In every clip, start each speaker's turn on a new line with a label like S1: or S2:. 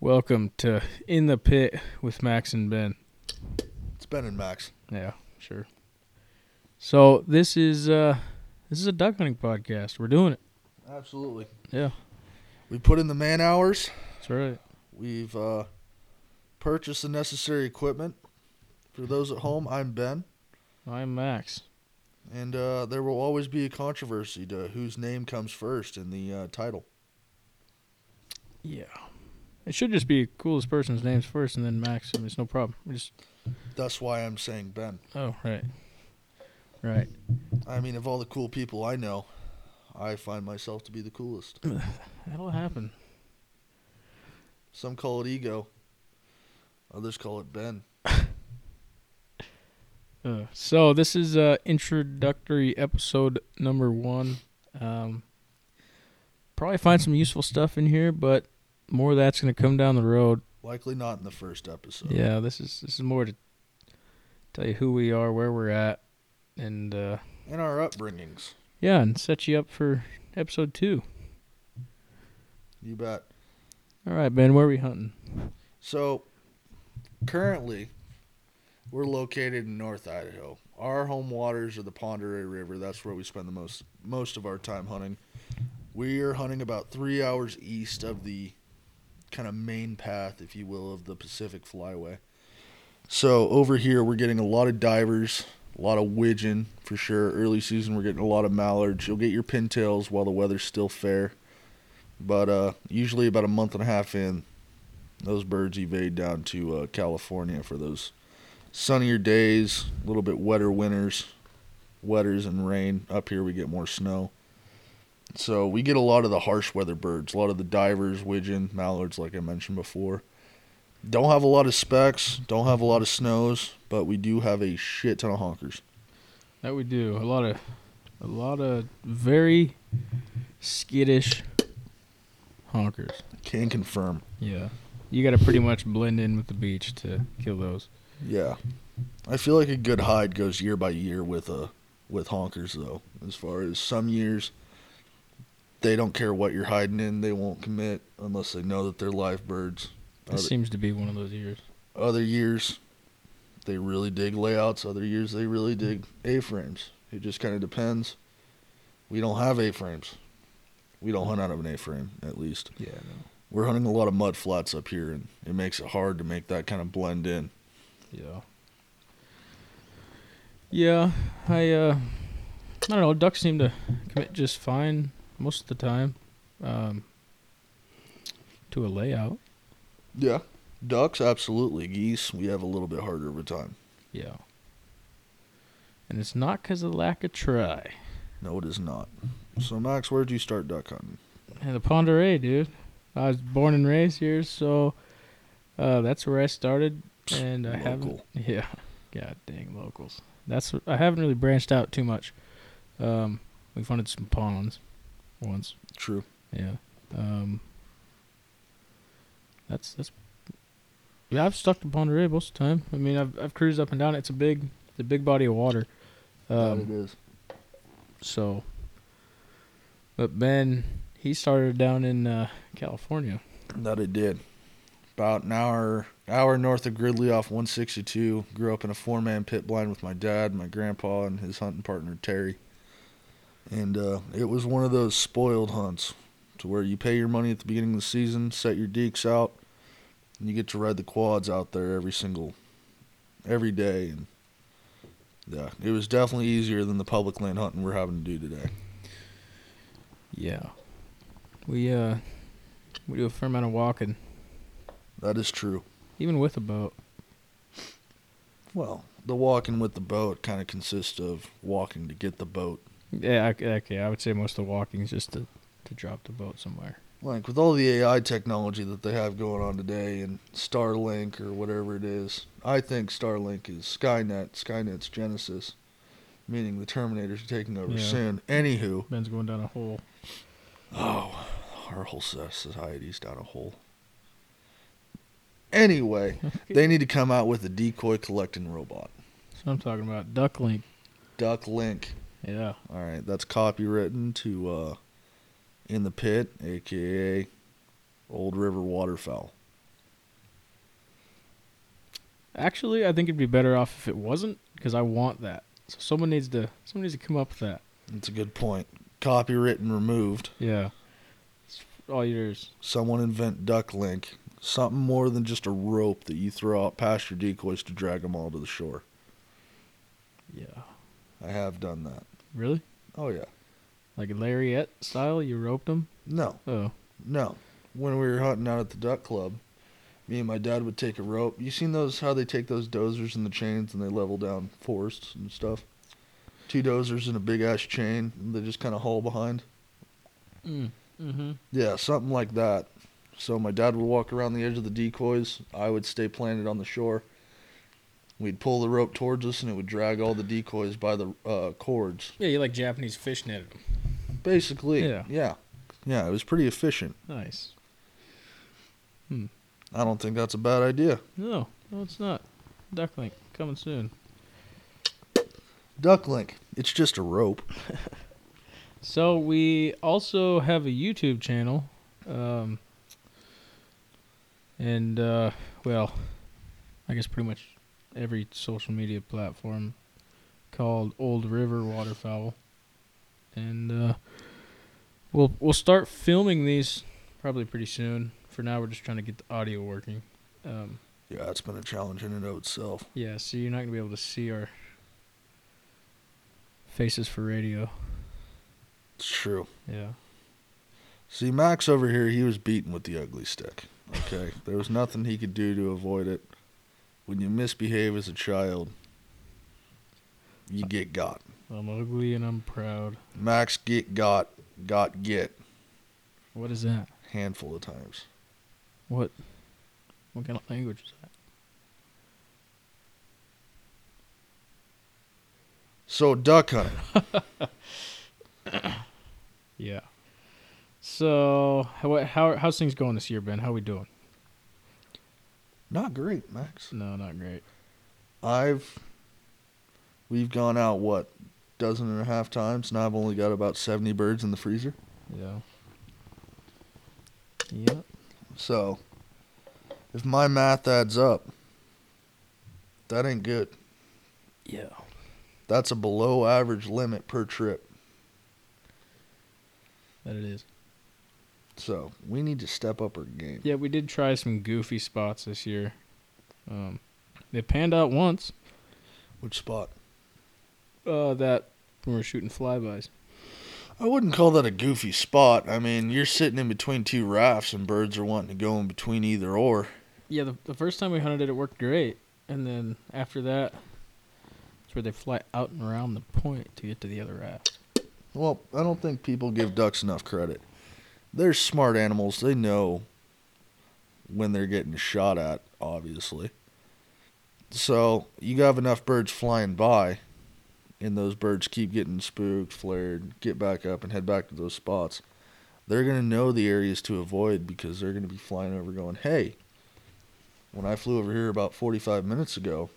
S1: Welcome to In the Pit with Max and Ben.
S2: It's Ben and Max.
S1: Yeah, sure. So this is uh this is a duck hunting podcast. We're doing it.
S2: Absolutely.
S1: Yeah.
S2: We put in the man hours.
S1: That's right.
S2: We've uh, purchased the necessary equipment. For those at home, I'm Ben,
S1: I'm Max.
S2: and uh, there will always be a controversy to whose name comes first in the uh, title.
S1: Yeah. It should just be coolest person's names first and then Max. I mean, it's no problem. We just
S2: That's why I'm saying Ben.
S1: oh right. Right.
S2: I mean, of all the cool people I know, I find myself to be the coolest.
S1: That'll happen.
S2: Some call it ego. Others call it Ben.
S1: Uh, so this is uh, introductory episode number one. Um, probably find some useful stuff in here, but more of that's going to come down the road.
S2: Likely not in the first episode.
S1: Yeah, this is this is more to tell you who we are, where we're at, and uh,
S2: And our upbringings.
S1: yeah, and set you up for episode two.
S2: You bet.
S1: All right, Ben, where are we hunting?
S2: So currently, we're located in North Idaho. Our home waters are the Ponderay River. That's where we spend the most most of our time hunting. We are hunting about three hours east of the kind of main path, if you will, of the Pacific Flyway. So over here, we're getting a lot of divers, a lot of widgeon for sure. Early season, we're getting a lot of mallards. You'll get your pintails while the weather's still fair, but uh, usually about a month and a half in, those birds evade down to uh, California for those sunnier days, a little bit wetter winters, wetters and rain. Up here we get more snow. So we get a lot of the harsh weather birds, a lot of the divers, widgeon, mallards, like I mentioned before. Don't have a lot of specks, don't have a lot of snows, but we do have a shit ton of honkers.
S1: That we do a lot of a lot of very skittish honkers.
S2: Can confirm.
S1: Yeah. You got to pretty much blend in with the beach to kill those.
S2: Yeah. I feel like a good hide goes year by year with uh with honkers though. As far as some years they don't care what you're hiding in, they won't commit unless they know that they're live birds.
S1: This
S2: Other,
S1: seems to be one of those years.
S2: other years they really dig layouts, other years they really dig A-frames. It just kind of depends. We don't have A-frames. We don't hunt out of an A-frame at least.
S1: Yeah.
S2: We're hunting a lot of mud flats up here and it makes it hard to make that kind of blend in.
S1: Yeah. Yeah, I uh I don't know, ducks seem to commit just fine most of the time. Um to a layout.
S2: Yeah. Ducks, absolutely. Geese, we have a little bit harder of a time.
S1: Yeah. And it's not cuz of lack of try.
S2: No, it is not. So, Max, where'd you start duck hunting?
S1: And the Ponderay, dude. I was born and raised here, so uh that's where I started and I haven't
S2: Local.
S1: Yeah. God dang locals. That's what, I haven't really branched out too much. Um, we funded some ponds once.
S2: True.
S1: Yeah. Um, that's that's. Yeah, I've stuck to Ponderay most of the time. I mean, I've I've cruised up and down. It's a big, it's a big body of water.
S2: That it
S1: Um,
S2: is.
S1: so. But Ben, he started down in uh, California.
S2: That it did. About an hour hour north of Gridley off 162. Grew up in a four man pit blind with my dad, my grandpa, and his hunting partner, Terry. And uh, it was one of those spoiled hunts to where you pay your money at the beginning of the season, set your deeks out, and you get to ride the quads out there every single, every day. And yeah, it was definitely easier than the public land hunting we're having to do today.
S1: Yeah. We uh, we do a fair amount of walking,
S2: That is true.
S1: even with a boat.
S2: Well, the walking with the boat kind of consists of walking to get the boat.
S1: Yeah, I- okay. I would say most of the walking is just to, to drop the boat somewhere.
S2: Like with all the AI technology that they have going on today and Starlink or whatever it is, I think Starlink is Skynet, Skynet's Genesis, meaning the Terminators are taking over
S1: Yeah.
S2: soon. Anywho,
S1: Ben's going down a hole.
S2: oh, our whole so- society's down a hole. Anyway, they need to come out with a decoy collecting robot.
S1: That's what I'm talking about. Duck link.
S2: Duck Link.
S1: Yeah.
S2: All right, that's copywritten to uh, In the Pit, aka Old River Waterfowl.
S1: Actually, I think it'd be better off if it wasn't because I want that. So someone needs to someone needs to come up with that.
S2: That's a good point. Copywritten removed.
S1: Yeah. It's all yours.
S2: Someone invent duck link. Something more than just a rope that you throw out past your decoys to drag them all to the shore.
S1: Yeah.
S2: I have done that.
S1: Really?
S2: Oh yeah.
S1: Like lariat style? You roped them?
S2: No,
S1: Oh.
S2: no. When we were hunting out at the duck club, me and my dad would take a rope. You seen those? How they take those dozers and the chains and they level down forests and stuff. Two dozers and a big ass chain. And they just kind of haul behind.
S1: Mm. Mm-hmm.
S2: Yeah, something like that. So my dad would walk around the edge of the decoys. I would stay planted on the shore. We'd pull the rope towards us, and it would drag all the decoys by the uh, cords.
S1: Yeah, you like Japanese fishnet.
S2: Basically,
S1: Yeah.
S2: yeah, yeah. It was pretty efficient.
S1: Nice.
S2: I don't think that's a bad idea.
S1: No, no, it's not. Ducklink coming soon.
S2: Duck link. It's just a rope.
S1: So we also have a YouTube channel, um, and uh, well, I guess pretty much every social media platform called Old River Waterfowl, and uh, we'll we'll start filming these probably pretty soon. For now, we're just trying to get the audio working. Um,
S2: Yeah, it's been a challenge in and of itself.
S1: yeah, so you're not gonna be able to see our faces for radio.
S2: It's true.
S1: Yeah.
S2: See, Max over here, he was beaten with the ugly stick. Okay, there was nothing he could do to avoid it. When you misbehave as a child, you get got.
S1: I'm ugly and I'm proud.
S2: Max get got, got get,
S1: What is that?
S2: handful of times.
S1: What? What kind of language is that?
S2: So duck hunting.
S1: Yeah. So how how how's things going this year, Ben? How we doing?
S2: Not great, Max.
S1: No, not great.
S2: I've we've gone out what dozen and a half times, and I've only got about seventy birds in the freezer.
S1: Yeah. Yeah.
S2: So, if my math adds up, that ain't good.
S1: Yeah.
S2: That's a below average limit per trip.
S1: That it is.
S2: So, we need to step up our game.
S1: Yeah, we did try some goofy spots this year. Um, they panned out once.
S2: Which spot?
S1: Uh, that when we were shooting flybys.
S2: I wouldn't call that a goofy spot. I mean, you're sitting in between two rafts, and birds are wanting to go in between either or.
S1: Yeah, the the first time we hunted it, it worked great, and then after that, it's where they fly out and around the point to get to the other raft.
S2: Well, I don't think people give ducks enough credit. They're smart animals. They know when they're getting shot at, obviously. So you have enough birds flying by, and those birds keep getting spooked, flared, get back up, and head back to those spots. They're going to know the areas to avoid because they're going to be flying over going, hey, when I flew over here about 45 minutes ago,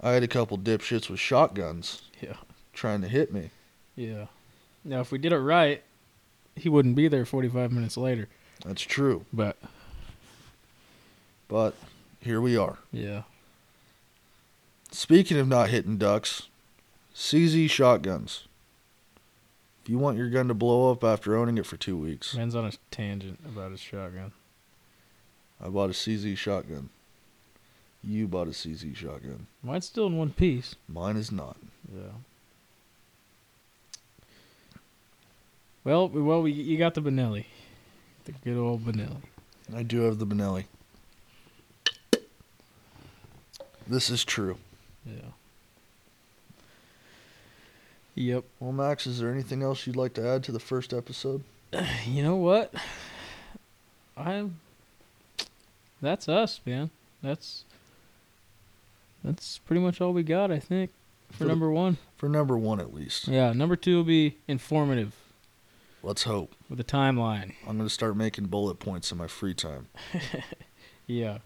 S2: I had a couple dipshits with shotguns
S1: Yeah.
S2: trying to hit me.
S1: Yeah. Now, if we did it right, he wouldn't be there 45 minutes later.
S2: That's true.
S1: But
S2: But here we are.
S1: yeah,
S2: Speaking of not hitting ducks, CZ shotguns. If you want your gun to blow up after owning it for two weeks,
S1: man's on a tangent about his shotgun.
S2: I bought a CZ shotgun. You bought a CZ shotgun.
S1: Mine's still in one piece.
S2: Mine is not.
S1: Yeah. Well, we- well, we, you got the Benelli, the good old Benelli.
S2: I do have the Benelli. This is true.
S1: Yeah. Yep.
S2: Well, Max, is there anything else you'd like to add to the first episode?
S1: You know what? I'm. That's us, man. That's. That's pretty much all we got, I think,
S2: For
S1: for
S2: the-
S1: number one.
S2: For number one, at least.
S1: Yeah, number two will be informative
S2: Let's hope.
S1: with a timeline.
S2: I'm going to start making bullet points in my free time.
S1: Yeah.